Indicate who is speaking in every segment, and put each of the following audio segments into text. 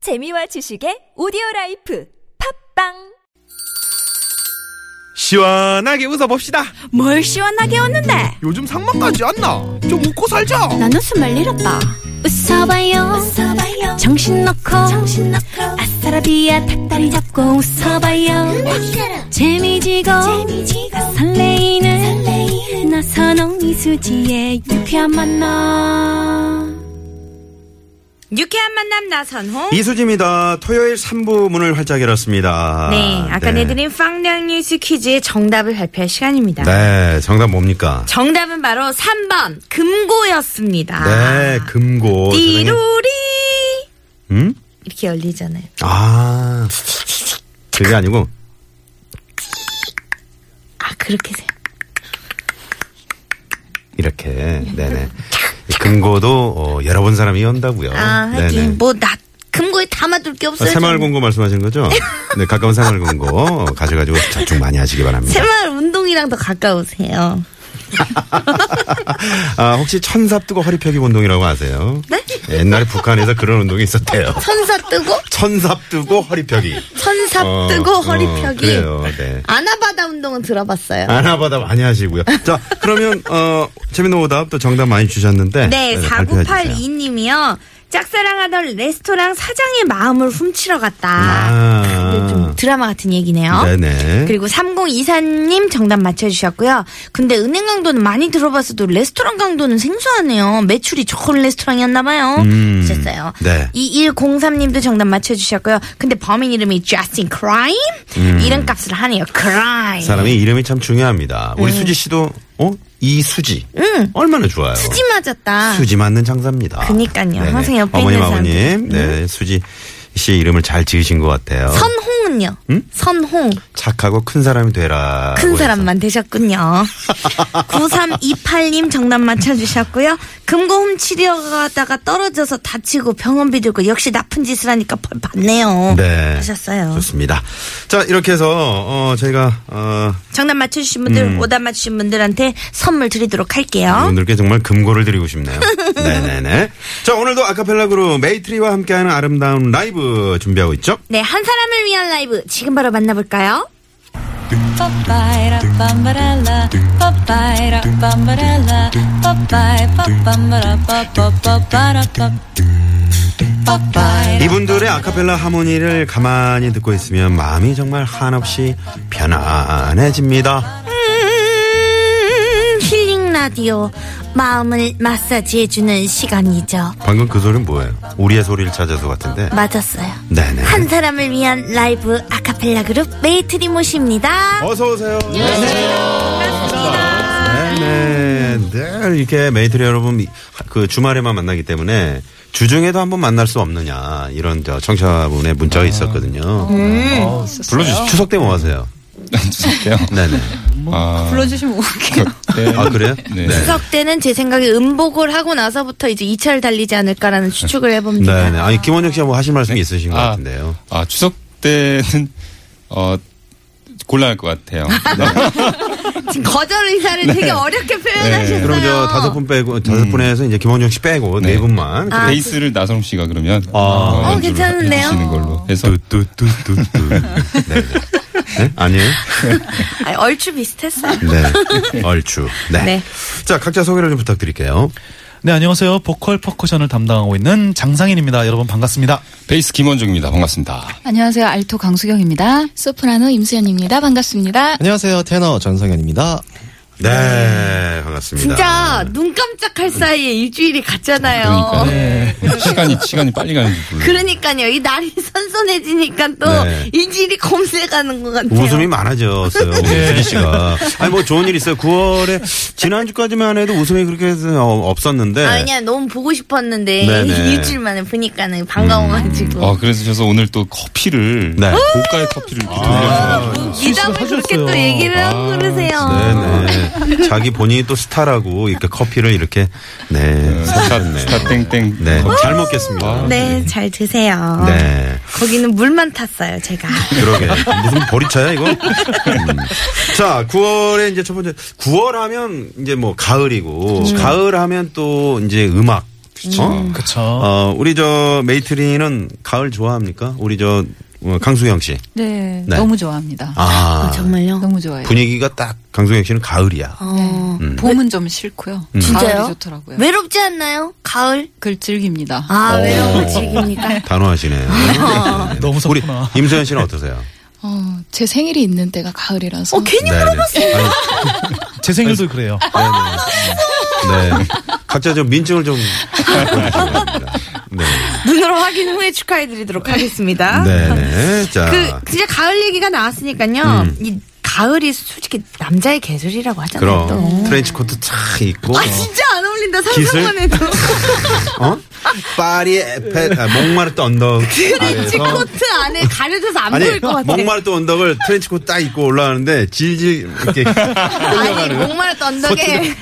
Speaker 1: 재미와 지식의 오디오 라이프 팝빵
Speaker 2: 시원하게 웃어봅시다.
Speaker 3: 뭘 시원하게 웃는데
Speaker 2: 요즘 상만까지 안 나. 좀 웃고 살자.
Speaker 3: 난 웃음을 잃었다 웃어봐요, 웃어봐요. 정신 놓고 아싸라비아 닭다리 잡고 웃어봐요 재미지고, 설레이는, 나선홍 이수지의 유쾌한 만남
Speaker 4: 유쾌한 만남 나선홍.
Speaker 5: 이수지입니다. 토요일 3부 문을 활짝 열었습니다.
Speaker 4: 네, 아까 내드린 빵량 뉴스 퀴즈의 정답을 발표할 시간입니다.
Speaker 5: 네, 정답 뭡니까?
Speaker 4: 정답은 바로 3번 금고였습니다.
Speaker 5: 네, 금고. 세상에.
Speaker 4: 아. 띠로리
Speaker 5: 음?
Speaker 4: 이렇게 열리잖아요.
Speaker 5: 아. 그게 아니고.
Speaker 4: 아 그렇게 돼요.
Speaker 5: 이렇게. 네네. 이 금고도 어, 여러 번 사람이 연다고요.
Speaker 4: 아 하긴 뭐 나 금고에 담아둘 게 없어요.
Speaker 5: 네. 새마을
Speaker 4: 저는.
Speaker 5: 공고 말씀하신 거죠? 네, 가까운 새마을 공고 어, 가져가지고 자축 많이 하시기 바랍니다.
Speaker 4: 새마을 운동이랑 더 가까우세요.
Speaker 5: 아, 혹시 천삽 뜨고 허리 펴기 운동이라고 아세요?
Speaker 4: 네?
Speaker 5: 옛날에 북한에서 그런 운동이 있었대요.
Speaker 4: 선사 뜨고
Speaker 5: 천삽 뜨고 허리 펴기.
Speaker 4: 선사
Speaker 5: 어,
Speaker 4: 뜨고
Speaker 5: 어,
Speaker 4: 허리 펴기.
Speaker 5: 그래요, 네.
Speaker 4: 아나바다 운동은 들어봤어요.
Speaker 5: 아나바다 많이 하시고요. 자, 그러면 어 재밌는 오답 또 정답 많이 주셨는데
Speaker 4: 네,
Speaker 5: 발표해 주세요.
Speaker 4: 4982님이요. 짝사랑하던 레스토랑 사장의 마음을 훔치러 갔다.
Speaker 5: 아.
Speaker 4: 근데 네, 좀 드라마 같은 얘기네요.
Speaker 5: 네네.
Speaker 4: 그리고 3024님 정답 맞춰주셨고요. 근데 은행 강도는 많이 들어봤어도 레스토랑 강도는 생소하네요. 매출이 좋은 레스토랑이었나봐요.
Speaker 5: 음.
Speaker 4: 하셨어요.
Speaker 5: 네.
Speaker 4: 2103님도 정답 맞춰주셨고요. 근데 범인 이름이 Justin Crime? 이름값을 하네요. Crime.
Speaker 5: 음. 사람이 이름이 참 중요합니다.
Speaker 4: 음.
Speaker 5: 우리 수지 씨도 어 이수지. 얼마나 좋아요.
Speaker 4: 수지 맞았다.
Speaker 5: 수지 맞는 장사입니다.
Speaker 4: 그니까요.
Speaker 5: 네네.
Speaker 4: 항상 옆에
Speaker 5: 어머님
Speaker 4: 있는 사람들. 음.
Speaker 5: 아버님, 네 수지 씨 이름을 잘 지으신 것 같아요.
Speaker 4: 선홍은요? 선홍.
Speaker 5: 착하고 큰 사람이 되라.
Speaker 4: 큰 사람만 되셨군요. 9328님 정답 맞춰주셨고요. 금고 훔치려 가다가 떨어져서 다치고 병원비 들고 역시 나쁜 짓을 하니까 벌 받네요.
Speaker 5: 네.
Speaker 4: 하셨어요.
Speaker 5: 좋습니다. 자 이렇게 해서 어 저희가 어
Speaker 4: 정답 맞춰주신 분들,
Speaker 5: 음.
Speaker 4: 오답 맞추신 분들한테 선물 드리도록 할게요.
Speaker 5: 여러분들께 정말 금고를 드리고 싶네요. 네네네. 자, 오늘도 아카펠라 그룹 메이트리와 함께하는 아름다운 라이브 준비하고 있죠?
Speaker 4: 네, 한 사람을 위한 라이브 지금 바로 만나볼까요?
Speaker 6: Papaya, papambarella, papaya, papambarella, papaya, papambara, papapapara, pap- papaya.
Speaker 5: 이분들의 아카펠라 하모니를 가만히 듣고 있으면 마음이 정말 한없이 편안해집니다.
Speaker 4: 음, 힐링 라디오. 마음을 마사지 해주는 시간이죠.
Speaker 5: 방금 그 소리는 뭐예요? 우리의 소리를 찾아서 같은데.
Speaker 4: 맞았어요.
Speaker 5: 네네.
Speaker 4: 한 사람을 위한 라이브 아카펠라 그룹 메이트리 모십니다.
Speaker 5: 어서오세요. 네네. 늘 이렇게 메이트리 여러분 그 주말에만 만나기 때문에 주중에도 한번 만날 수 없느냐 이런 저 청취자분의 문자가 아. 음. 있었거든요. 어, 불러주세요. 추석 때 뭐 하세요?
Speaker 7: 죄송해요.
Speaker 5: 네네.
Speaker 7: 아,
Speaker 6: 불러주시면 올게요.
Speaker 7: 네.
Speaker 5: 아, 그래요?
Speaker 7: 네.
Speaker 4: 추석 때는 제 생각에 음복을 하고 나서부터 이제 2차를 달리지 않을까라는 추측을 해봅니다.
Speaker 5: 네네. 아니, 김원혁 씨가 뭐 하실 말씀이 있으신 것
Speaker 7: 아.
Speaker 5: 같은데요.
Speaker 7: 아, 추석 때는 어 곤란할 것 같아요.
Speaker 4: 네.
Speaker 7: 네.
Speaker 4: 지금 거절 의사를 되게 어렵게 표현하셨어요.
Speaker 5: 네. 그럼 저 다섯 분 빼고, 다섯 분에서 이제 김원혁 씨 빼고 음. 네,
Speaker 7: 네.
Speaker 5: 분만.
Speaker 7: 베이스를 나성 씨가 그러면 아,
Speaker 5: 어,
Speaker 4: 괜찮은데요?
Speaker 7: 주시는 걸로 해서
Speaker 5: 그 뚜뚜뚜뚜뚜. 네. 네? 아니에요?
Speaker 4: 아니, 얼추 비슷했어요.
Speaker 5: 네. 얼추. 네.
Speaker 4: 네.
Speaker 5: 자, 각자 소개를 좀 부탁드릴게요.
Speaker 8: 네, 안녕하세요. 보컬 퍼커션을 담당하고 있는 장상인입니다. 여러분 반갑습니다.
Speaker 7: 베이스 김원중입니다. 반갑습니다.
Speaker 9: 안녕하세요. 알토 강수경입니다. 네. 소프라노 임수연입니다. 반갑습니다.
Speaker 10: 안녕하세요. 테너 전성현입니다.
Speaker 5: 네, 반갑습니다.
Speaker 4: 진짜 눈 깜짝할 사이에 일주일이
Speaker 7: 그러니까
Speaker 4: 갔잖아요.
Speaker 5: 네.
Speaker 4: 어.
Speaker 7: 시간이 시간이 빨리 가는 줄 몰라요.
Speaker 4: 그러니까요. 이 날이 선선해지니까 또
Speaker 5: 네.
Speaker 4: 일주일이 검색하는 것 같아요. 네.
Speaker 5: 웃음이 많아졌어요, 우리 수지 씨가. 아니, 뭐 좋은 일 있어요. 9월에, 지난주까지만 해도 웃음이 그렇게 해서 어, 없었는데.
Speaker 4: 아, 왜냐면 너무 보고 싶었는데
Speaker 5: 네네. 음.
Speaker 4: 일주일 만에 보니까는 반가워가지고.
Speaker 7: 아, 그래서 그래서 오늘 또 커피를
Speaker 5: 네. 아,
Speaker 7: 고가의 커피를 이렇게 돌려주셔서
Speaker 4: 이담을 그렇게 또
Speaker 8: 하셨어요.
Speaker 4: 얘기를 하고 그러세요.
Speaker 5: 네네. 자기 본인이 또 스타라고 이렇게 커피를 이렇게, 네.
Speaker 7: 스타,
Speaker 5: 사셨네요.
Speaker 7: 스타 땡땡
Speaker 5: 네.
Speaker 4: 어.
Speaker 5: 잘 먹겠습니다.
Speaker 4: 네, 잘 드세요.
Speaker 5: 네.
Speaker 4: 거기는 물만 탔어요, 제가.
Speaker 5: 그러게. 무슨 보리차야, 이거? 음. 자, 9월에
Speaker 4: 그렇죠.
Speaker 5: 이제 첫 번째. 9월 하면 이제 뭐 가을이고, 가을 하면 또 이제 음악. 어?
Speaker 8: 그쵸.
Speaker 10: 아,
Speaker 5: 어, 우리 저 메이트리는 가을 좋아합니까? 우리 저 어, 강수영 씨.
Speaker 9: 네,
Speaker 5: 네.
Speaker 9: 너무 좋아합니다.
Speaker 5: 아,
Speaker 4: 정말요?
Speaker 9: 너무 좋아요.
Speaker 5: 분위기가 딱 강수영 씨는 가을이야.
Speaker 4: 어.
Speaker 5: 음.
Speaker 9: 봄은 좀 싫고요. 가을이
Speaker 4: 진짜요?
Speaker 9: 좋더라고요.
Speaker 4: 외롭지 않나요? 가을?
Speaker 9: 그걸 즐깁니다.
Speaker 4: 아,
Speaker 5: 오.
Speaker 4: 외로움을 즐깁니까?
Speaker 5: 어.
Speaker 4: 아.
Speaker 5: 단호하시네요. 네.
Speaker 8: 아, 너무 섭구나.
Speaker 5: 우리 임소연 씨는 어떠세요?
Speaker 9: 어, 제 생일이 있는 때가 가을이라서.
Speaker 4: 어, 괜히
Speaker 5: 네네. 아니,
Speaker 8: 제 생일도 그래요.
Speaker 10: 아,
Speaker 5: 네네. 네. 각자 좀 민증을 좀 보여주시기 바랍니다. 네.
Speaker 4: 눈으로 확인 후에 축하해드리도록 하겠습니다.
Speaker 5: 네네. 아. 자.
Speaker 4: 아. 그, 진짜 가을 얘기가 나왔으니까요.
Speaker 5: 음.
Speaker 4: 이 가을이 솔직히 남자의 계절이라고 하잖아요. 또.
Speaker 5: 그럼 트렌치 코트 쫙 입고
Speaker 4: 아, 진짜 안 어울린다.
Speaker 5: 기술?
Speaker 4: 상상만 해도.
Speaker 5: 어? 파리 에펠 아, 몽마르트 언덕
Speaker 4: 트렌치
Speaker 5: 아래에서
Speaker 4: 코트 안에 가려져서 안
Speaker 5: 아니
Speaker 4: 보일 것 같아.
Speaker 5: 목마르트 언덕을 트렌치 코트 딱 입고 올라가는데 질질 이렇게
Speaker 4: 아니, 목마를 던덕에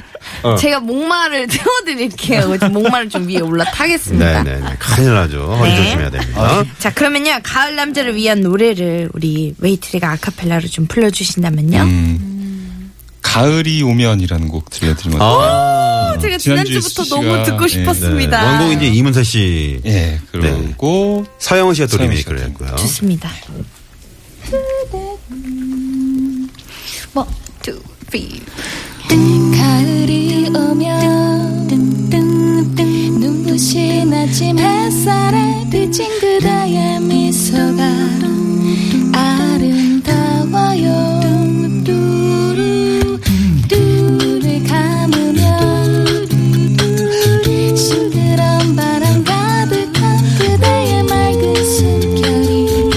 Speaker 5: 어.
Speaker 4: 제가 목마를 태워드릴게요. 지금 목마를 좀 위에 올라타겠습니다.
Speaker 5: 네네네 큰일 나죠 허리 조심해야 됩니다
Speaker 4: 자, 그러면요. 가을 남자를 위한 노래를 우리 웨이트리가 아카펠라로 좀 불러주신다면요.
Speaker 5: 음.
Speaker 7: 음. 가을이 오면이라는 곡 들려드리면 어떨까요?
Speaker 5: 아,
Speaker 4: 제가
Speaker 7: 지난주에
Speaker 4: 지난주부터
Speaker 7: 수지가-
Speaker 4: 너무 듣고
Speaker 7: 예,
Speaker 4: 싶었습니다.
Speaker 5: 네. 원곡이 이제 이문세 씨
Speaker 7: 예, 그리고
Speaker 5: 서영은 씨가 또
Speaker 7: 서영은
Speaker 5: 리메이크를
Speaker 7: 씨가
Speaker 5: 했고요
Speaker 4: 좋습니다.
Speaker 9: One, two, three. 가을이 오면 눈부신 아침 햇살에 비친 그대의 미소가 아름다워요 눈을 감으면 싱그런 바람 가득한 그대의 맑은 숨결이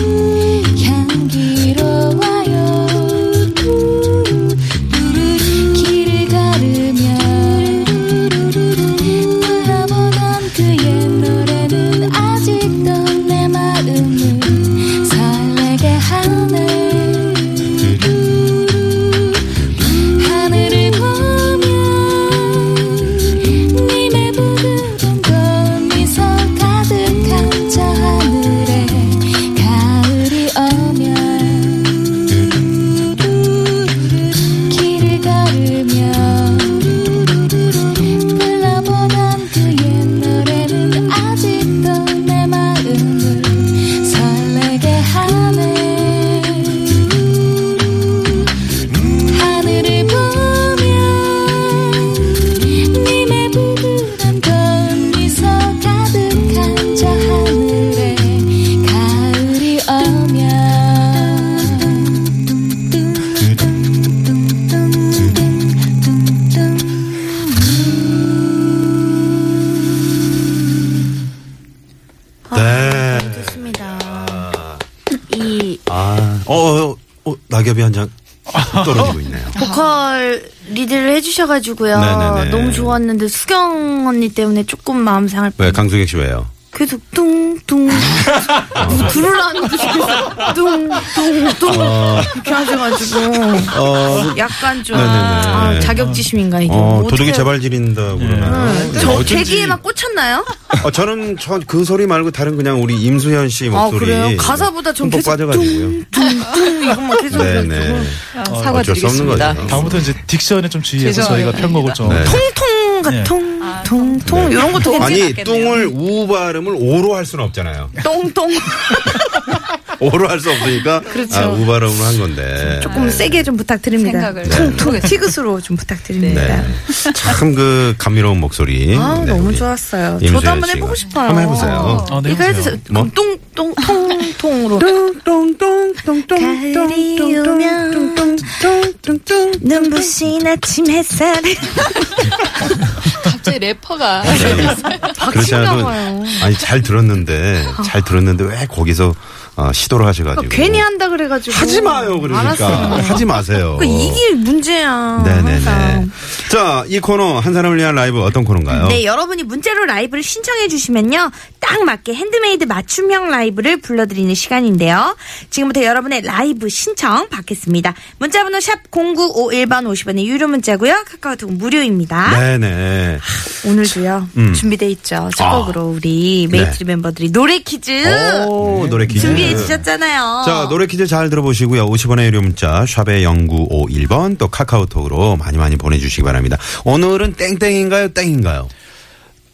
Speaker 9: 향기로워요 길을 걸으며 불어보던 그의 노래는 아직도 내 마음을 설레게 하네 하늘을 보면 님의 부드러운 미소 가득한 저 하늘에 가을이 오면 길을 걸으며 불러보던 그의 노래는 아직도 내 마음을 설레게 하네 하늘을 보면 님의 부드러운 미소 가득한 저 하늘에 가을이 오면
Speaker 5: 네.
Speaker 4: 좋습니다. 이
Speaker 5: 아, 어, 어, 어, 낙엽이 한 장 떨어지고 있네요
Speaker 4: 보컬 리드를 해주셔가지고요.
Speaker 5: 네네네.
Speaker 4: 너무 좋았는데 수경 언니 때문에 조금 마음 상할
Speaker 5: 왜
Speaker 4: 뻔.
Speaker 5: 강수객 씨 왜요?
Speaker 4: 계속 뚱뚱
Speaker 5: 아.
Speaker 4: 부르라는 듯이 뚱뚱뚱 이렇게 하셔가지고 아,
Speaker 5: 어,
Speaker 4: 약간 좀
Speaker 5: 아. 네네네.
Speaker 4: 아, 자격지심인가 이게.
Speaker 5: 어,
Speaker 4: 어떻게 해야- 네.
Speaker 5: 도둑이 네.
Speaker 4: 아,
Speaker 5: 제발 지린다 그러나요?
Speaker 4: 저 계기에 막 꽂혔나요?
Speaker 5: 어, 저는 저 그 소리 말고 다른 그냥 우리 임수현 씨
Speaker 4: 아
Speaker 5: 목소리.
Speaker 4: 그래요? 가사보다 좀
Speaker 5: 흠뻑
Speaker 4: 계속
Speaker 5: 빠져가지고요.
Speaker 4: 뚱뚱 이것만 계속
Speaker 5: 네네. 아, 어쩔 수 없는
Speaker 9: 사과드리겠습니다.
Speaker 5: 거죠.
Speaker 8: 다음부터 이제 딕션에 좀 주의해서
Speaker 9: 죄송합니다.
Speaker 8: 저희가 편곡을 좀.
Speaker 5: 네.
Speaker 4: 통통
Speaker 8: 네.
Speaker 9: 아,
Speaker 4: 같통 통통
Speaker 5: 네.
Speaker 4: 이런 것도 괜찮아.
Speaker 5: 아니 뚱을 우 발음을 오로 할 수는 없잖아요.
Speaker 4: 똥똥
Speaker 5: 네. 오로 할 수 없으니까
Speaker 4: 그렇죠.
Speaker 5: 아, 우 발음으로 한 건데. 네.
Speaker 4: 조금 세게 좀 부탁드립니다.
Speaker 9: 생각을
Speaker 4: 통통 티그스로 좀 부탁드립니다.
Speaker 5: 참 그 감미로운 목소리.
Speaker 4: 아
Speaker 5: 네,
Speaker 4: 너무
Speaker 5: 우리
Speaker 4: 좋았어요.
Speaker 5: 임수연
Speaker 4: 저도 한번
Speaker 5: 씨가.
Speaker 4: 해보고 싶어요.
Speaker 5: 한번 해보세요.
Speaker 8: 어, 네,
Speaker 4: 이거
Speaker 8: 해보세요.
Speaker 4: 해주세요.
Speaker 5: 뭐?
Speaker 4: 뚱뚱통통으로. 가을이 오면 눈부신 아침 햇살에
Speaker 9: 갑자기 래퍼가
Speaker 5: 네. 그렇지 않아도
Speaker 4: 박수나와요.
Speaker 5: 아니 잘 들었는데 잘 들었는데 왜 거기서 어, 시도를 하셔가지고
Speaker 4: 괜히 한다 그래가지고
Speaker 5: 하지 마요 그러니까
Speaker 4: 알았어.
Speaker 5: 하지 마세요.
Speaker 4: 그러니까 이게 문제야.
Speaker 5: 네네네.
Speaker 4: 어, 항상.
Speaker 5: 자, 이 코너 한 사람을 위한 라이브 어떤 코너인가요?
Speaker 4: 네, 여러분이 문자로 라이브를 신청해 주시면요. 딱 맞게 핸드메이드 맞춤형 라이브를 불러드리는 시간인데요. 지금부터 여러분의 라이브 신청 받겠습니다. 문자번호 샵 0951번 50원의 유료 문자고요. 카카오톡 무료입니다.
Speaker 5: 네네. 음.
Speaker 4: 오늘도요. 준비돼 있죠. 첫
Speaker 5: 아.
Speaker 4: 곡으로 우리 메이트리 멤버들이 노래 퀴즈
Speaker 5: 오, 노래 퀴즈.
Speaker 4: 아. 네. 준비해 주셨잖아요. 어.
Speaker 5: 자, 노래 퀴즈 잘 들어보시고요. 50원의 유료 문자, 샵의 0951번, 또 카카오톡으로 많이 많이 보내주시기 바랍니다. 오늘은 땡땡인가요? 땡인가요?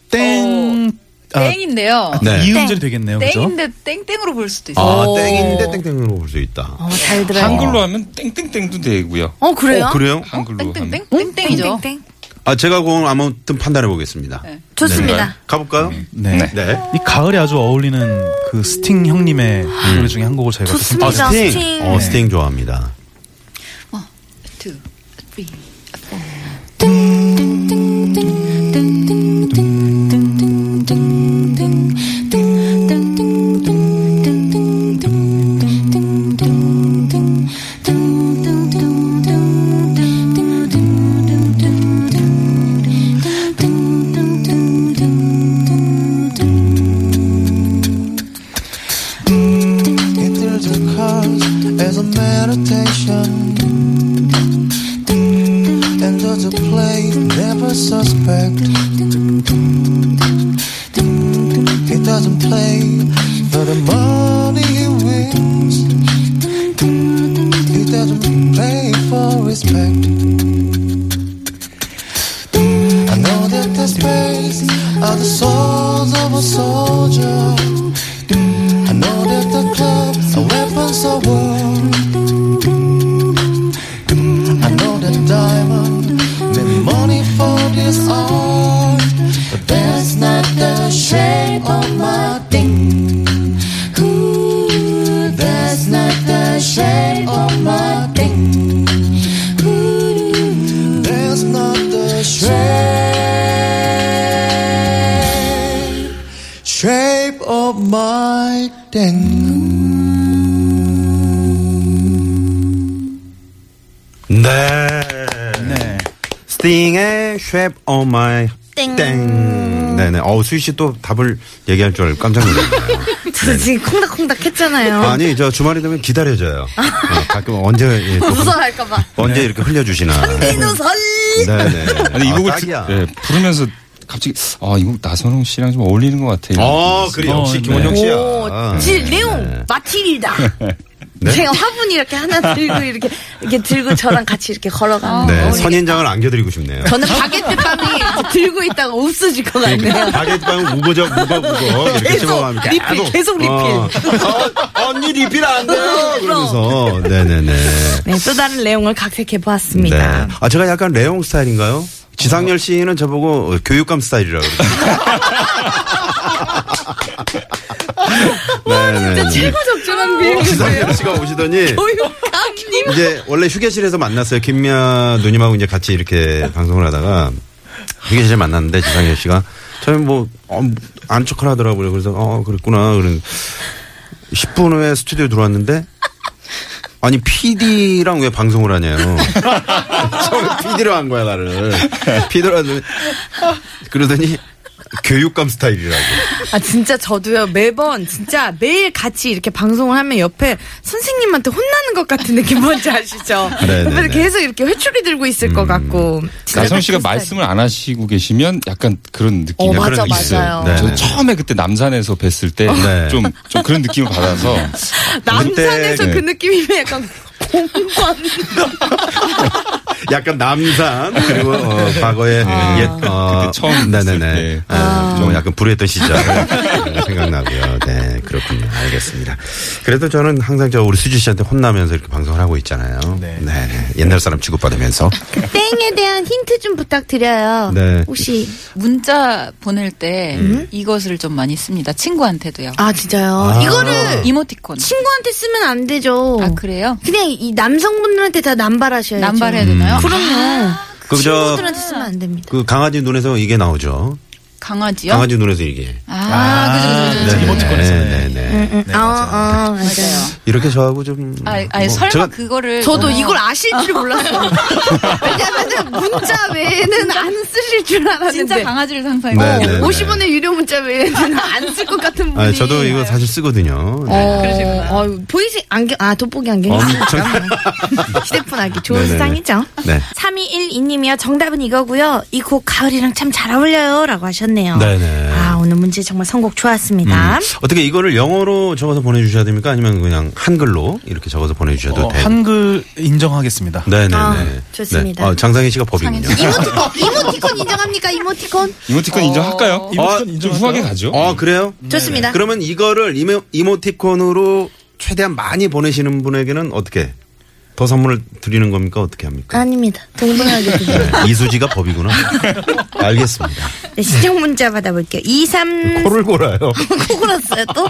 Speaker 8: 땡. 아,
Speaker 9: 땡인데요.
Speaker 5: 네.
Speaker 8: 이 음절이 되겠네요. 그죠?
Speaker 9: 땡인데 땡땡으로 볼 수도 있어요.
Speaker 5: 아, 땡인데 땡땡으로 볼 수 있다.
Speaker 4: 어, 잘
Speaker 5: 네.
Speaker 4: 들어요.
Speaker 7: 한글로 하면 땡땡땡도 되고요.
Speaker 9: 어 그래요?
Speaker 5: 어, 그래요?
Speaker 7: 한글로 하면
Speaker 9: 땡땡땡? 땡땡이죠.
Speaker 4: 땡.
Speaker 5: 아, 제가 그건 아무튼 판단해 보겠습니다.
Speaker 9: 네.
Speaker 4: 좋습니다.
Speaker 5: 가볼까요?
Speaker 8: 네.
Speaker 7: 네.
Speaker 4: 어,
Speaker 5: 네.
Speaker 8: 이 가을에 아주 어울리는 그 스팅 형님의
Speaker 10: 음.
Speaker 8: 노래 중에 한 곡을 저희가
Speaker 4: 좋습니다.
Speaker 8: 듣습니다.
Speaker 4: 스팅. 스팅. 네.
Speaker 5: 어, 스팅 좋아합니다.
Speaker 9: two, three,
Speaker 10: It is a cause as a meditation. And those who play never suspect. He doesn't play for the money he wins. He doesn't play for respect. I know that the space are the souls of a soldier. I know that the clubs are weapons of war. I know that diamond meant money for this art, but that's not the shape of my thing. Ooh, that's not the shape of my thing. Ooh, that's not the shape shape of my thing.
Speaker 5: 네.
Speaker 8: 네.
Speaker 5: 스팅의 Shape of My
Speaker 4: 땡.
Speaker 5: 땡. 네네. 어우, 수희 씨 또 답을 얘기할 줄 알고 깜짝 놀랐네요.
Speaker 4: 저 지금 콩닥콩닥 했잖아요.
Speaker 5: 아니, 저 주말이 되면 기다려져요. 네, 가끔 언제, 예, 또
Speaker 4: 무서워할까봐.
Speaker 5: 언제 이렇게 흘려주시나.
Speaker 4: 이노 설.
Speaker 5: 네네.
Speaker 7: 아니 이
Speaker 5: 아,
Speaker 7: 곡을
Speaker 5: 딱이야.
Speaker 7: 듣- 예, 부르면서 갑자기 아 이 곡 나선홍 씨랑 좀 어울리는 것 같아요.
Speaker 5: 어, 그래. 역시
Speaker 7: 네.
Speaker 8: 어,
Speaker 5: 김원영 씨야.
Speaker 4: 오, 질 레옹 마틸다.
Speaker 5: 아. 네?
Speaker 4: 제가 화분 이렇게 하나 들고 이렇게 이렇게 들고 저랑 같이 이렇게 걸어가는.
Speaker 5: 네,
Speaker 4: 거.
Speaker 5: 선인장을 안겨드리고 싶네요.
Speaker 4: 저는 바게트 빵이 들고 있다가 없어질 것
Speaker 5: 그러니까.
Speaker 4: 같네요.
Speaker 5: 바게트빵 우거적 우거 우거 이렇게
Speaker 4: 계속
Speaker 5: 씹어가면서
Speaker 4: 리필,
Speaker 5: 계속,
Speaker 4: 계속 리필.
Speaker 5: 어, 어, 언니 리필 안 돼요 그러면서
Speaker 4: 어.
Speaker 5: 네네네
Speaker 4: 네, 또 다른 레옹을 각색해
Speaker 5: 네.
Speaker 4: 보았습니다.
Speaker 5: 아 제가 약간 레옹 스타일인가요? 지상열 씨는 저보고 어, 교육감 스타일이라고 그러더라고요.
Speaker 4: 아,
Speaker 5: 네네. 네.
Speaker 4: 적절한 비행.
Speaker 5: 지상열 씨가 오시더니
Speaker 4: 교육감님.
Speaker 5: 이제 원래 휴게실에서 만났어요. 김미아 누님하고 이제 같이 이렇게 방송을 하다가 휴게실에 만났는데 지상열 씨가 처음에 뭐, 어, 안 척을 하더라고요. 그래서, 어, 그랬구나. 그런 10분 후에 스튜디오에 들어왔는데 아니, PD랑 왜 방송을 하냐요. 처음에 PD로 한 거야, 나를. PD로 하더니 그러더니 교육감 스타일이라고.
Speaker 4: 아 진짜 저도요 매번 진짜 매일 같이 이렇게 방송을 하면 옆에 선생님한테 혼나는 것 같은 느낌 뭔지 아시죠?
Speaker 5: 네, 네,
Speaker 4: 옆에서
Speaker 5: 네. 음.
Speaker 4: 계속 이렇게 회초리 들고 있을 것 같고 진짜
Speaker 7: 나선홍 씨가
Speaker 4: 그 스타일.
Speaker 7: 말씀을 안 하시고 계시면 약간 그런 느낌이
Speaker 4: 어,
Speaker 7: 약간
Speaker 4: 맞아, 맞아요.
Speaker 7: 있어요.
Speaker 5: 네, 네.
Speaker 7: 저 처음에 그때 남산에서 뵀을 때 좀
Speaker 5: 네.
Speaker 7: 좀 그런 느낌을 받아서
Speaker 4: 남산에서
Speaker 5: 그때
Speaker 4: 그
Speaker 5: 그-
Speaker 4: 느낌이면 약간 공관
Speaker 5: 약간 남산 그리고 어, 과거에 옛 어,
Speaker 7: 그때 처음
Speaker 5: 네네네
Speaker 7: 했을 때.
Speaker 5: 아, 좀 약간 불했던 시절 네, 생각나고요. 네 그렇군요. 알겠습니다. 그래도 저는 항상 저 우리 수지 씨한테 혼나면서 이렇게 방송을 하고 있잖아요. 네, 네. 옛날 사람 취급받으면서
Speaker 3: 땡에 대한 힌트 좀 부탁드려요.
Speaker 5: 네.
Speaker 3: 혹시
Speaker 9: 문자 보낼 때
Speaker 5: 음.
Speaker 9: 이것을 좀 많이 씁니다. 친구한테도요. 어,
Speaker 4: 아 진짜요?
Speaker 5: 이거를
Speaker 9: 이모티콘.
Speaker 3: 친구한테 쓰면 안 되죠.
Speaker 9: 아 그래요?
Speaker 3: 그냥 이 남성분들한테 다
Speaker 5: 네,
Speaker 3: 남발하셔야죠.
Speaker 9: 남발해야 되나요?
Speaker 5: 음.
Speaker 3: 그럼요.
Speaker 4: 아,
Speaker 5: 그저
Speaker 3: 친구들한테 쓰면 안 됩니다.
Speaker 5: 그 강아지 눈에서 이게 나오죠.
Speaker 9: 강아지요?
Speaker 5: 강아지 눈에서 이게
Speaker 9: 아, 그죠, 그죠, 그죠.
Speaker 8: 이모티콘에서.
Speaker 5: 네, 네, 네.
Speaker 4: 어,
Speaker 8: 네, 맞아요.
Speaker 9: 맞아요.
Speaker 5: 이렇게 저하고 좀
Speaker 9: 아, 아니,
Speaker 5: 네. 뭐
Speaker 9: 설마
Speaker 5: 제가
Speaker 9: 그거를.
Speaker 4: 저도
Speaker 9: 어.
Speaker 4: 이걸 아실 줄 몰랐어요. 왜냐면은 문자 외에는 안 쓰실 줄
Speaker 9: 진짜
Speaker 4: 알았는데
Speaker 9: 강아지를 어,
Speaker 5: 네, 네,
Speaker 9: 상상해.
Speaker 5: 네.
Speaker 4: 50원의 유료 문자 외에는 안 쓸 것 같은 분이
Speaker 5: 아, 저도
Speaker 9: 어.
Speaker 5: 이거 사실 쓰거든요. 네. 어.
Speaker 4: 어, 어, 보이지 안경 아 돋보기 안경 휴대폰 아기 좋은
Speaker 5: 네네네.
Speaker 4: 세상이죠.
Speaker 5: 네.
Speaker 3: 3212님이요. 정답은 이거고요. 이 곡 가을이랑 참 잘 어울려요라고 하셨네요.
Speaker 5: 네네. 음.
Speaker 3: 아,
Speaker 4: 오늘 문제 정말 선곡 좋았습니다.
Speaker 5: 어떻게 이거를 영어로 적어서 보내주셔야 됩니까? 아니면 그냥 한글로 이렇게 적어서 보내주셔도
Speaker 8: 어,
Speaker 10: 네.
Speaker 5: 돼요?
Speaker 8: 한글 인정하겠습니다.
Speaker 5: 네네네.
Speaker 3: 아, 좋습니다.
Speaker 5: 네. 어, 장상희 씨가 법이군요.
Speaker 3: 이모티콘 인정합니까? 이모티콘?
Speaker 7: 이모티콘 인정할까요?
Speaker 5: 이모티콘
Speaker 7: 아, 좀 후하게 가죠.
Speaker 5: 아, 그래요?
Speaker 3: 좋습니다.
Speaker 5: 그러면 이거를 이모, 이모티콘으로 최대한 많이 보내시는 분에게는 어떻게? 더 선물을 드리는 겁니까? 어떻게 합니까?
Speaker 3: 아닙니다. 동등하게 드려요.
Speaker 5: 네, 이수지가 법이구나. 알겠습니다.
Speaker 4: 네, 시청 문자 받아볼게요. 23
Speaker 5: 코를 골아요.
Speaker 4: 코골었어요 또?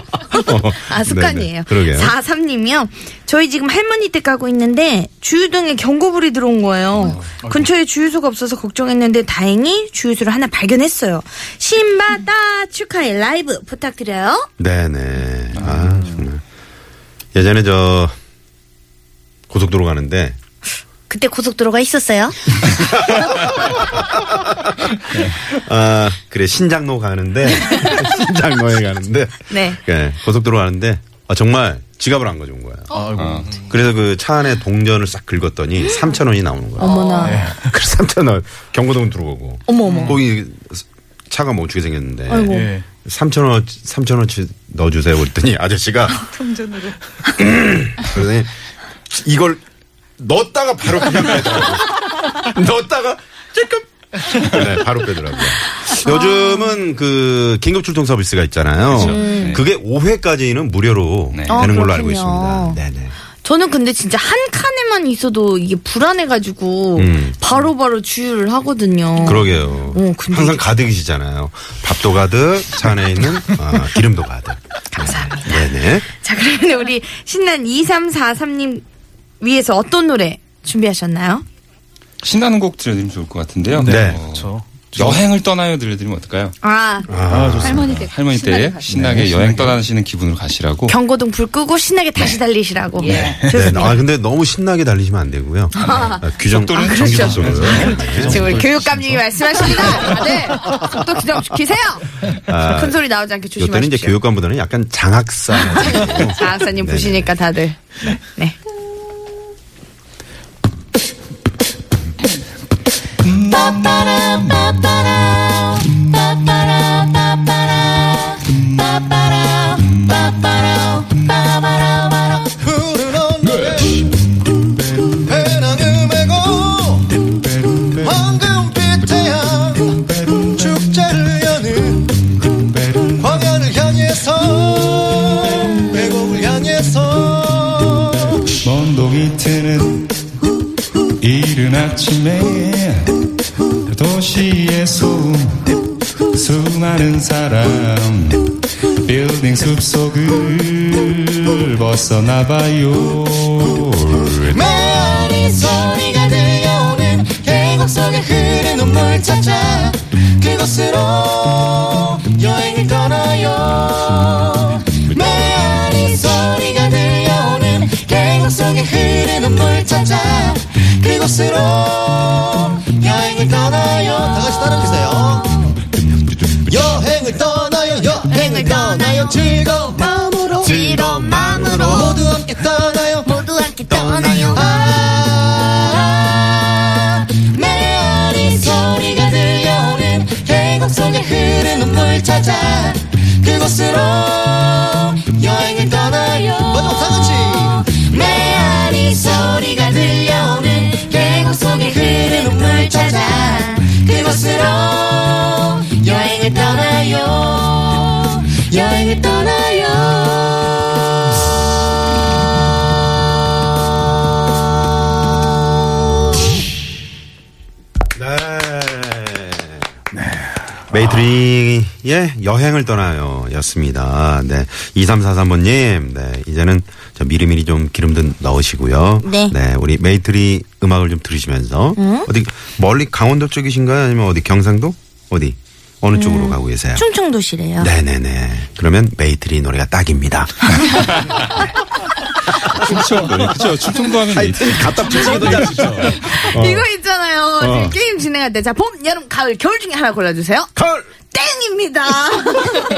Speaker 4: 아 습관이에요.
Speaker 5: 네네, 그러게요.
Speaker 4: 43님이요. 저희 지금 할머니 댁 가고 있는데 주유등에 경고불이 들어온 거예요. 근처에 주유소가 없어서 걱정했는데 다행히 주유소를 하나 발견했어요. 신바다 축하해 라이브 부탁드려요.
Speaker 5: 네네. 아, 정말. 예전에 저 고속도로 가는데
Speaker 3: 그때 고속도로가 있었어요?
Speaker 5: 아 그래 신장로 가는데 신장로에 가는데
Speaker 4: 네.
Speaker 5: 예, 고속도로 가는데 아 정말 지갑을 안 가져온 거야.
Speaker 8: 아이고.
Speaker 5: 그래서 그 차 안에 동전을 싹 긁었더니 3천 원이 나오는 거야. 어머나.
Speaker 4: 네.
Speaker 5: 그래서 3천 원 경고등 들어오고. 어머 어머. 거기 차가 멈추게 생겼는데.
Speaker 10: 네.
Speaker 8: 예.
Speaker 5: 3천 원 3천 원치 넣어주세요. 그랬더니 아저씨가 동전으로. 그러더니 이걸 넣었다가 바로 그냥 빼더라고. 넣었다가 조금. 네, 바로 빼더라고요. 요즘은 그 긴급 출동 서비스가 있잖아요. 그게 5회까지는 무료로
Speaker 7: 네.
Speaker 5: 되는 걸로
Speaker 3: 아,
Speaker 5: 알고 있습니다.
Speaker 3: 그렇군요.
Speaker 5: 네네.
Speaker 3: 저는 근데 진짜 한 칸에만 있어도 이게 불안해가지고
Speaker 5: 음.
Speaker 3: 바로바로 주유를 하거든요.
Speaker 5: 그러게요.
Speaker 3: 어, 근데
Speaker 5: 항상 가득이시잖아요. 밥도 가득, 차 안에 있는 아, 기름도 가득. 감사합니다. 네네.
Speaker 4: 자 그러면 우리 신난 2343님 위해서 어떤 노래 준비하셨나요?
Speaker 7: 신나는 곡 들려드리면 좋을 것 같은데요.
Speaker 5: 네.
Speaker 7: 어,
Speaker 8: 그렇죠.
Speaker 7: 여행을 떠나요 들려드리면 어떨까요?
Speaker 4: 아
Speaker 9: 할머니 댁
Speaker 7: 할머니 때 신나게 여행 떠나시는 기분으로 가시라고.
Speaker 4: 경고등 불 끄고 신나게 다시 달리시라고.
Speaker 5: 네, 아 근데 너무 신나게 달리시면 안 되고요. 아, 규정
Speaker 7: 속도는
Speaker 4: 그렇죠.
Speaker 5: 정기 속도로.
Speaker 4: 아, 네. 지금 우리 교육감님이 말씀하십니다. 다들 속도 규정 지키세요.
Speaker 5: 아,
Speaker 4: 큰 소리 나오지 않게
Speaker 5: 이때는 이제
Speaker 4: 조심하십시오.
Speaker 5: 교육관보다는 약간 장학사.
Speaker 4: 자, 학사님
Speaker 5: 네네.
Speaker 4: 보시니까 다들. 네.
Speaker 10: 푸른 언덕에 배낭을 메고 황금빛태양 네. 축제를 여는 광야를 향해서 계곡을 향해서
Speaker 7: 먼 동이 트는 이른 아침에 도시의 소음 수많은 사람 빌딩 숲속을 벗어나봐요
Speaker 10: 메아리 소리가 들려오는 계곡 속에 흐르는 눈물 찾아 그곳으로 여행을 떠나요 메아리 소리가 들려오는 계곡 속에 흐르는 눈물 찾아 그곳으로 여행을 떠나요 다 같이 따라주세요 여행을 떠나요 여행을 떠나요 즐거운 마음으로 즐거운 마음으로 모두 함께 떠나요 모두 함께 떠나요 아 메아리 소리가 들려오는 계곡 속에 흐르는 물 찾아 그곳으로 여행을 떠나요 모두 다 같이 메아리 소리가 들려오는 계곡 속에 흐르는 물 찾아 그곳으로 여행을 떠나요 여행을 떠나요
Speaker 5: 네. 메이트링의 여행을 떠나요 였습니다. 네. 2343번님, 네. 이제는 저 미리미리 좀 기름 좀 넣으시고요.
Speaker 4: 네.
Speaker 5: 우리 메이트리 음악을 좀 들으시면서. 어디, 멀리 강원도 쪽이신가요? 아니면 어디 경상도? 어디? 어느
Speaker 4: 음.
Speaker 5: 쪽으로 가고 계세요?
Speaker 4: 충청도시래요.
Speaker 5: 네네네. 그러면 메이트리 노래가 딱입니다.
Speaker 7: 그렇죠 그렇죠 충청도 하면 메이트
Speaker 5: 어.
Speaker 4: 이거 있잖아요. 지금 게임 진행할 때. 자, 봄, 여름, 가을, 겨울 중에 하나 골라주세요.
Speaker 5: 컬!
Speaker 4: 땡입니다.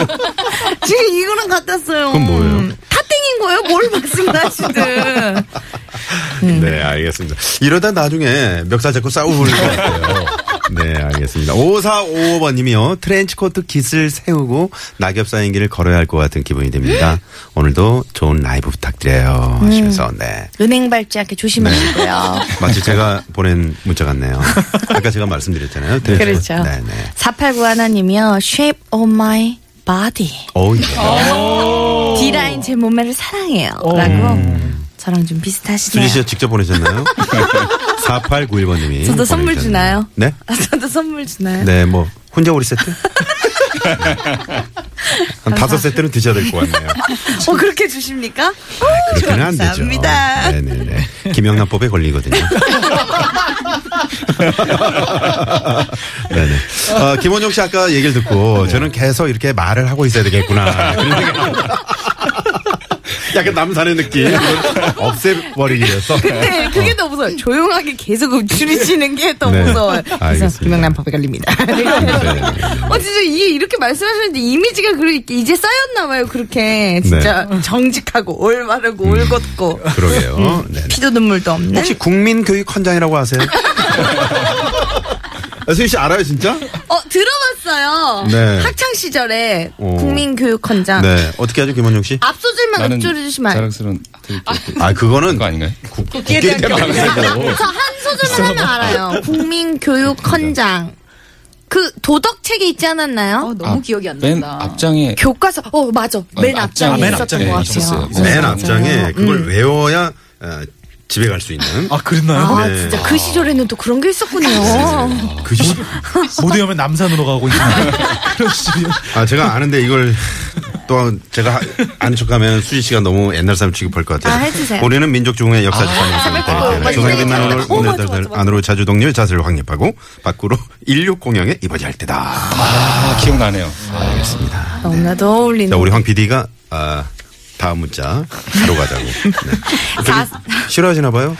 Speaker 4: 지금 이거랑 같았어요.
Speaker 5: 그건 뭐예요?
Speaker 4: 다 땡인 거예요? 뭘 말씀하시든.
Speaker 5: 네, 알겠습니다. 이러다 나중에 멱살 잡고 싸우고 그럴 것 같아요. 네, 알겠습니다. 5455번님이요. 트렌치코트 깃을 세우고 낙엽 쌓인 길을 걸어야 할 것 같은 기분이 듭니다.
Speaker 4: 음.
Speaker 5: 오늘도 좋은 라이브 부탁드려요. 하시면서, 네.
Speaker 4: 은행 발자국 조심하시고요.
Speaker 5: 마치 제가 보낸 문자 같네요. 아까 제가 말씀드렸잖아요. 트렌치코트.
Speaker 4: 그렇죠.
Speaker 5: 네, 네.
Speaker 4: 489 하나님이요. Shape of my body.
Speaker 5: 오,
Speaker 4: 어,
Speaker 5: 예.
Speaker 4: 네.
Speaker 5: 어.
Speaker 4: D라인 제 몸매를 사랑해요. 라고
Speaker 5: 음.
Speaker 4: 저랑 좀 비슷하시네요.
Speaker 5: 수지 씨가 직접 보내셨나요? 4891번님이.
Speaker 4: 저도 선물 주나요?
Speaker 5: 네?
Speaker 4: 아, 저도 선물 주나요?
Speaker 5: 네, 뭐, 혼자 우리 세트? 한 다섯 세트는 드셔야 될 것 같네요.
Speaker 4: 어, 그렇게 주십니까? 어,
Speaker 5: 그렇게는 안 되죠.
Speaker 4: 감사합니다.
Speaker 5: 네네네. 김영란법에 걸리거든요. 네네. 어, 김원종 씨 아까 얘기를
Speaker 4: 네.
Speaker 5: 듣고 저는 계속 이렇게 말을 하고 있어야 되겠구나. 그런 생각이 약간 남산의 느낌. 이걸 없애버리기 위해서.
Speaker 4: 근데 네, 그게 더 무서워요. 조용하게 계속 줄이시는 게 더
Speaker 5: 네.
Speaker 4: 무서워요. 그래서
Speaker 5: 알겠습니다.
Speaker 4: 김영란 법에 걸립니다.
Speaker 5: 네.
Speaker 4: 어, 진짜 이게 이렇게 말씀하셨는데 이미지가 그렇게 이제 쌓였나봐요. 그렇게 진짜
Speaker 5: 네.
Speaker 4: 정직하고 올바르고 올곧고
Speaker 5: 그러게요. 네네.
Speaker 4: 피도 눈물도 없는.
Speaker 5: 혹시 국민교육헌장이라고 아세요? 수희 씨 알아요, 진짜?
Speaker 4: 어, 들어봤어요.
Speaker 5: 네.
Speaker 4: 학창 시절에
Speaker 5: 어.
Speaker 4: 국민교육헌장.
Speaker 5: 네. 어떻게 하죠, 김원종 씨?
Speaker 4: 앞소절만
Speaker 7: 나는
Speaker 4: 읊조려주시면 안
Speaker 7: 자랑스러운 드릴게요.
Speaker 5: 아, 그거는
Speaker 7: 그거 아닌가요?
Speaker 5: 국기에 대한
Speaker 7: 방송이라고.
Speaker 4: 저한 소절만 하면 알아요. 국민교육헌장. 그 도덕책이 있지 않았나요?
Speaker 9: 어, 너무 기억이 안
Speaker 7: 아, 맨
Speaker 9: 난다.
Speaker 7: 앞장에
Speaker 4: 교과서. 어, 맞아. 맨
Speaker 7: 어,
Speaker 4: 앞장에
Speaker 7: 앞장, 맨
Speaker 4: 있었던
Speaker 8: 앞장에
Speaker 4: 것
Speaker 7: 있었어요.
Speaker 4: 같아요.
Speaker 7: 네.
Speaker 5: 맨
Speaker 7: 맞아요.
Speaker 5: 앞장에 그걸 외워야 어, 집에 갈 수 있는
Speaker 8: 아, 그랬나요?
Speaker 4: 아,
Speaker 5: 네.
Speaker 4: 진짜 그 시절에는 또 그런 게 있었군요.
Speaker 5: 그 시-
Speaker 8: 못 외우면 남산으로 가고 있나요? 그런 식이요.
Speaker 5: 아 제가 아는데 이걸 또 제가 하- 아는 척하면 수지 씨가 너무 옛날 사람 취급할 것 같아요.
Speaker 4: 아, 해주세요.
Speaker 5: 우리는 민족중의 역사 지상에 있다. 이렇게. 조상의 난을 오늘날 안으로 자주 동료의 자세를 확립하고 밖으로 인류 공양에 이바지할 때다.
Speaker 7: 아, 기억나네요.
Speaker 5: 알겠습니다.
Speaker 4: 너무나도 어울리는.
Speaker 5: 자 우리 황 PD가 아, 다음 문자 바로 가자고. 네. 되게 싫어하시나 봐요.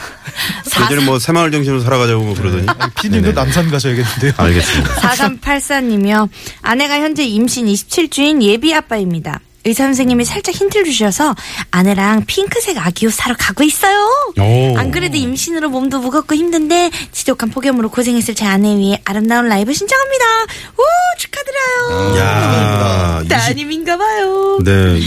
Speaker 5: 요즘 뭐 새마을 정신으로 살아가자고 뭐 그러더니.
Speaker 8: 피님도
Speaker 5: 네네.
Speaker 8: 남산 가셔야겠는데요.
Speaker 10: 아,
Speaker 5: 알겠습니다.
Speaker 3: 4384님이요. 아내가 현재 임신 27주인 예비 아빠입니다. 의사 선생님이 살짝 힌트를 주셔서 아내랑 핑크색 아기 옷 사러 가고 있어요.
Speaker 5: 오.
Speaker 3: 안 그래도 임신으로 몸도 무겁고 힘든데 지독한 폭염으로 고생했을 제 아내 위해 아름다운 라이브 신청합니다. 우
Speaker 5: 아,
Speaker 3: 축하드려요.
Speaker 5: 야, 이십-
Speaker 3: 따님인가 봐요.
Speaker 5: 네,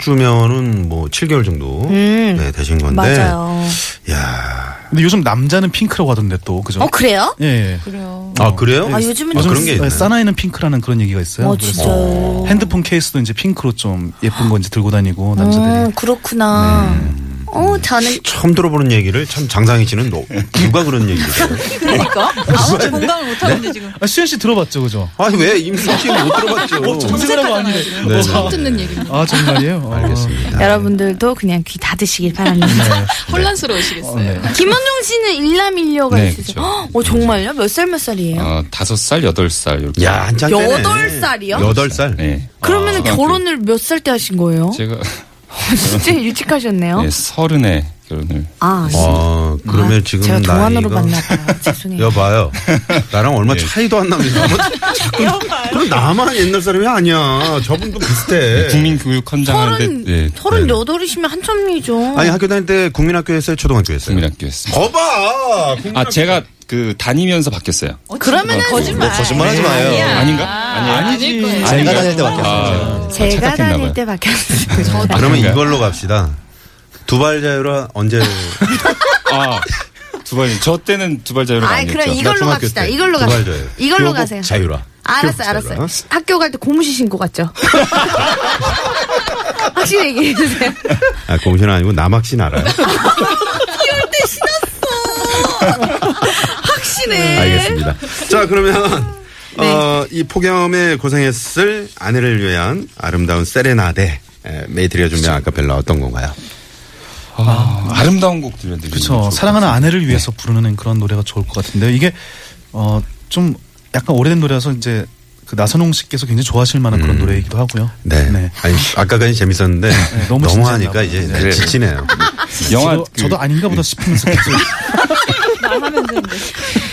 Speaker 5: 27주면은 뭐 7개월 정도 네, 되신 건데.
Speaker 3: 맞아요.
Speaker 5: 야.
Speaker 8: 근데 요즘 남자는 핑크라고 하던데 또 그죠?
Speaker 4: 어, 그래요?
Speaker 8: 예. 예.
Speaker 9: 그래요.
Speaker 5: 아, 그래요?
Speaker 8: 아,
Speaker 3: 요즘은
Speaker 5: 그런 게 있나요?
Speaker 8: 네, 사나이는 핑크라는 그런 얘기가 있어요.
Speaker 4: 어,
Speaker 8: 그래서
Speaker 4: 진짜요?
Speaker 8: 핸드폰 케이스도 이제 핑크로 좀 예쁜 거 이제 들고
Speaker 5: 어.
Speaker 8: 다니고
Speaker 4: 음,
Speaker 8: 남자들이.
Speaker 4: 그렇구나. 어, 저는
Speaker 5: 처음 들어보는 얘기를 참 장상희 씨는 너, 누가 그런 얘기를 해요?
Speaker 9: 그러니까 아무 공감을 못 하는데 지금.
Speaker 8: 아, 수현 씨 들어봤죠, 그죠?
Speaker 5: 아니, 왜 임신 씨못 들어봤죠?
Speaker 8: 정색이라고 아니래.
Speaker 5: 네,
Speaker 9: 처음
Speaker 5: 네.
Speaker 9: 듣는 얘기입니다.
Speaker 8: 아, 정말이에요? 알겠습니다.
Speaker 4: 여러분들도 그냥 귀 닫으시길 바랍니다.
Speaker 9: 혼란스러우시겠어요.
Speaker 4: 김원종 씨는 일남일녀가
Speaker 7: 네,
Speaker 4: 있으세요?
Speaker 7: 그쵸.
Speaker 4: 헉, 어, 정말요? 몇 살 몇 살이에요?
Speaker 7: 어, 다섯 살, 여덟 살 이렇게.
Speaker 5: 야, 한참 빼네.
Speaker 4: 여덟 살이요?
Speaker 5: 여덟 살?
Speaker 7: 네.
Speaker 4: 그러면
Speaker 7: 아,
Speaker 4: 결혼을 몇 살 때 하신 거예요?
Speaker 7: 제가
Speaker 4: 진짜 일찍 하셨네요.
Speaker 7: 네, 서른에 결혼을.
Speaker 4: 아,
Speaker 5: 아, 그러면 지금
Speaker 4: 제가 동안으로
Speaker 5: 나이가
Speaker 4: 만나봐요. 죄송해요.
Speaker 5: 여봐요. 나랑 얼마
Speaker 7: 네.
Speaker 5: 차이도 안 나는데. 뭐 자꾸- 그럼 나만 옛날 사람이 아니야. 저분도
Speaker 11: 네.
Speaker 5: 비슷해.
Speaker 7: 국민교육헌장
Speaker 4: 서른,
Speaker 7: 하는데 네,
Speaker 4: 서른 여덟이시면 한참이죠.
Speaker 5: 아니, 학교 다닐 때 국민학교 했어요? 초등학교 했어요?
Speaker 7: 국민학교 했습니다.
Speaker 5: 거봐!
Speaker 7: 아, 제가 그 다니면서 바뀌었어요. 아, 어,
Speaker 4: 그러면은
Speaker 9: 거짓말.
Speaker 11: 거짓말하지 마요.
Speaker 7: 뭐 아닌가?
Speaker 9: 아니지.
Speaker 11: 제가 다닐 때 바뀌었어요.
Speaker 4: 제가
Speaker 7: 착각했나
Speaker 4: 다닐
Speaker 7: 봐요.
Speaker 4: 때 바뀌었어요.
Speaker 5: 그러면
Speaker 7: 아, 그런가요?
Speaker 5: 이걸로 갑시다. 두발 자유라 언제
Speaker 7: 아, 두발, 저 때는 두발 자유로
Speaker 4: 아이,
Speaker 7: 아니었죠.
Speaker 4: 그럼 이걸로
Speaker 5: 중학교
Speaker 4: 갑시다.
Speaker 5: 때
Speaker 4: 이걸로 가세요.
Speaker 5: 두발 자유.
Speaker 4: 이걸로
Speaker 5: 교복
Speaker 4: 가세요.
Speaker 5: 자유라.
Speaker 4: 알았어요,
Speaker 5: 교복
Speaker 4: 알았어요. 학교 갈 때 고무신 신고 갔죠? 확실히 얘기해주세요.
Speaker 5: 자유라. 아, 공신 아니고 남학신 알아요.
Speaker 4: 확실해.
Speaker 5: 알겠습니다. 자, 그러면 어, 이 폭염에 고생했을 아내를 위한 아름다운 세레나데 에, 메이트리가 준비한 아카펠라 어떤 건가요?
Speaker 7: 아, 아름다운 곡 들려드리고.
Speaker 8: 그렇죠. 사랑하는 아내를 위해서 부르는 그런 노래가 좋을 것 같은데 이게 어 좀 약간 오래된 노래라서 이제 그 나선홍 씨께서 굉장히 좋아하실 만한 그런 노래이기도 하고요.
Speaker 5: 네. 아니, 아까까지 재밌었는데
Speaker 8: 너무
Speaker 5: 너무
Speaker 8: 진지했나
Speaker 5: 하니까
Speaker 8: 봐요.
Speaker 5: 이제
Speaker 7: 네.
Speaker 5: 네, 지치네요.
Speaker 7: 영화
Speaker 8: 저도,
Speaker 7: 그-
Speaker 8: 저도 아닌가 보다 싶으면서 계속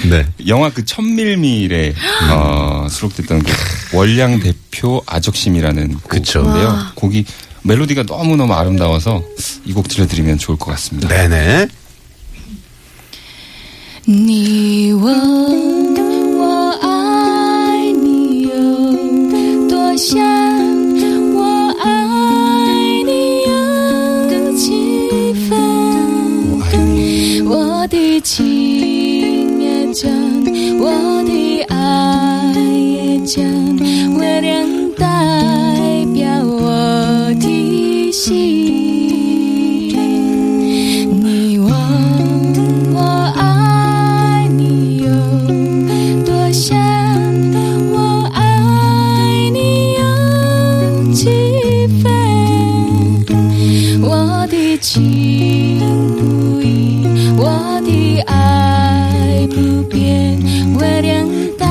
Speaker 5: 네.
Speaker 7: 영화 그 천밀밀에
Speaker 5: 음.
Speaker 7: 어, 수록됐던 그 월량 대표 아적심이라는
Speaker 5: 그쵸.
Speaker 7: 곡인데요. 곡이 멜로디가 너무 너무 아름다워서 이 곡 들려드리면 좋을 것 같습니다.
Speaker 5: 네. 네네.
Speaker 10: 니와 最亲也讲，我的爱也讲，月亮代表我的心。你问我爱你有多深，我爱你有几分？我的情不移，我的爱不变，月亮代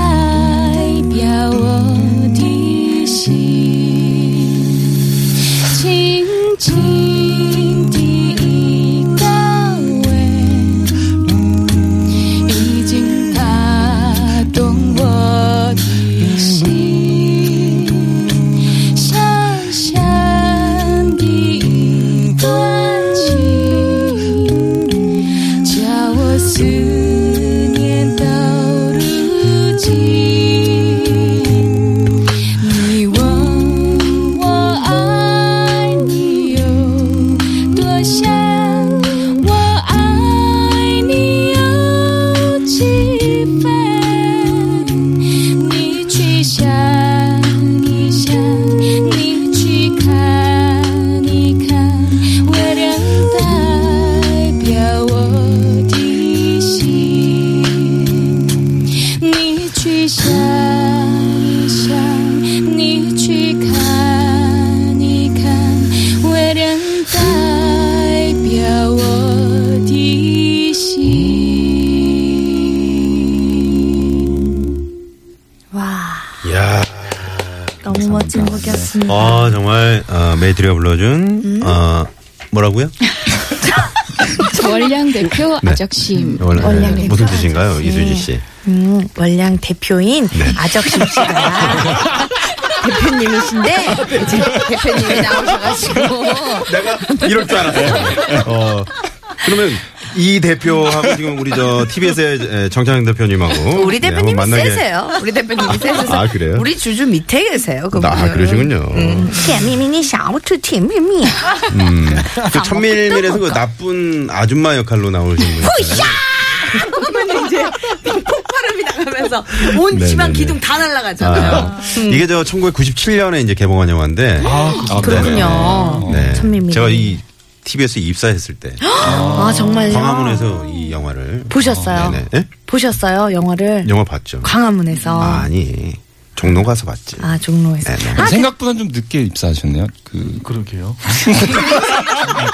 Speaker 10: 表我的心。轻轻的一个吻，已经打动我的心。香香的一段情，叫我思念到如今。你问我爱你有多深，我爱你哦有几分？你去想一想，你去看一看，月亮代表我的心。你去想一想，你去看一看，月亮代表我的心。
Speaker 5: 야
Speaker 3: 너무 멋진 곡이었습니다.
Speaker 5: 아, 정말, 어, 메이트리가 불러준, 어, 뭐라고요?
Speaker 10: 월량 대표
Speaker 5: 네.
Speaker 10: 아적심.
Speaker 5: 원래 네. 무슨 뜻인가요, 이수지 씨?
Speaker 3: 음, 월량 대표인
Speaker 5: 네.
Speaker 3: 아적심 씨가 대표님이신데 이제 대표님이 나오셔가지고
Speaker 5: 네, 내가 이럴 줄
Speaker 7: 네.
Speaker 5: 알았어. 어, 그러면 이 대표하고 지금 우리 저 TBS의 정창영 대표님하고
Speaker 3: 우리
Speaker 5: 네, 한번
Speaker 3: 대표님이
Speaker 5: 만나게-
Speaker 3: 세세요. 우리 대표님이 세셔서
Speaker 5: 아, 그래요?
Speaker 4: 우리 주주 밑에 계세요. 그분은.
Speaker 5: 아, 그러시군요.
Speaker 3: 음. 미미니 샤오트 팀미미 아,
Speaker 5: 그 천밀밀에서 그 나쁜 아줌마 역할로 나오신 분. 있잖아요.
Speaker 4: 그러면 이제 폭발음이 나가면서 온
Speaker 5: 네,
Speaker 4: 집안
Speaker 5: 네, 네.
Speaker 4: 기둥 다 날아가잖아요.
Speaker 5: 아,
Speaker 3: 음.
Speaker 5: 이게 저 1997년에 이제 개봉한 영화인데.
Speaker 7: 아, 어,
Speaker 3: 그렇군요.
Speaker 5: 네.
Speaker 3: 천밀밀.
Speaker 5: 제가 이 TBS 에 입사했을 때
Speaker 3: 아 정말요?
Speaker 5: 네. 광화문에서 이 영화를
Speaker 3: 보셨어요?
Speaker 5: 네네. 예?
Speaker 3: 보셨어요 영화를
Speaker 5: 영화 봤죠.
Speaker 3: 광화문에서 아,
Speaker 5: 아니 종로 가서 봤지.
Speaker 3: 종로에서
Speaker 5: 네, 네.
Speaker 7: 생각보다 좀 늦게 입사하셨네요. 그
Speaker 8: 그러게요.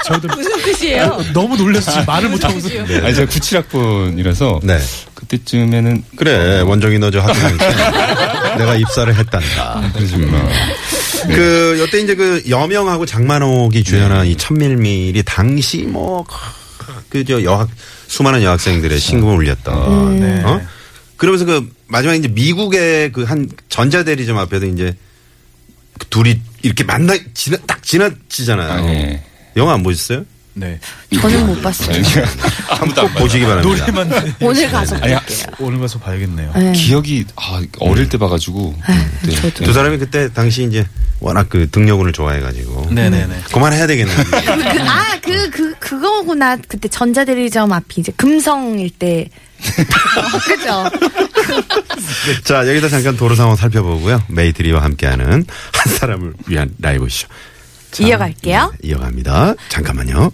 Speaker 8: 저도 무슨 뜻이에요? 너무 놀랐어요. 말을 못하고 있어요.
Speaker 7: 그,
Speaker 3: 네.
Speaker 7: 아니 제가 97학번이라서
Speaker 5: 네.
Speaker 7: 그때쯤에는
Speaker 5: 그래
Speaker 8: 음.
Speaker 5: 원정이 너저 학생 내가 입사를
Speaker 8: 음.
Speaker 7: 아,
Speaker 5: 했단다.
Speaker 7: 거짓말.
Speaker 5: 그 여태 이제 그 여명하고 장만옥이
Speaker 8: 음.
Speaker 5: 주연한 이 천밀밀이 당시 뭐 그 저 여학 수많은
Speaker 8: 그렇죠.
Speaker 5: 여학생들의 신금을 울렸던.
Speaker 8: 음. 네.
Speaker 5: 어? 그러면서 그 마지막에 이제 미국의 그 한 전자대리점 앞에서 이제 그 둘이 이렇게 만나 지나 딱 지나치잖아요. 네.
Speaker 7: 아, 예.
Speaker 5: 영화 안 보셨어요?
Speaker 8: 네.
Speaker 3: 저는 못 봤어요
Speaker 7: 아무도 안
Speaker 5: 보시기 바랍니다.
Speaker 8: 노래만
Speaker 3: 오늘 가서
Speaker 7: 아니, 아,
Speaker 8: 오늘 가서 봐야겠네요.
Speaker 3: 네.
Speaker 7: 기억이 아, 어릴 때 봐가지고
Speaker 3: 아,
Speaker 7: 네. 네.
Speaker 5: 두 사람이 그때 당시 이제 워낙 그 등려군을 좋아해가지고.
Speaker 8: 네네네.
Speaker 5: 그만해야 되겠네.
Speaker 3: 아그 그 그거구나 그때 전자대리점 앞이 이제 금성일 때 그죠? 네.
Speaker 5: 자, 여기서 잠깐 도로 상황 살펴보고요. 메이트리와 함께하는 한 사람을 위한 라이브쇼. 자,
Speaker 3: 이어갈게요.
Speaker 5: 네, 이어갑니다. 잠깐만요.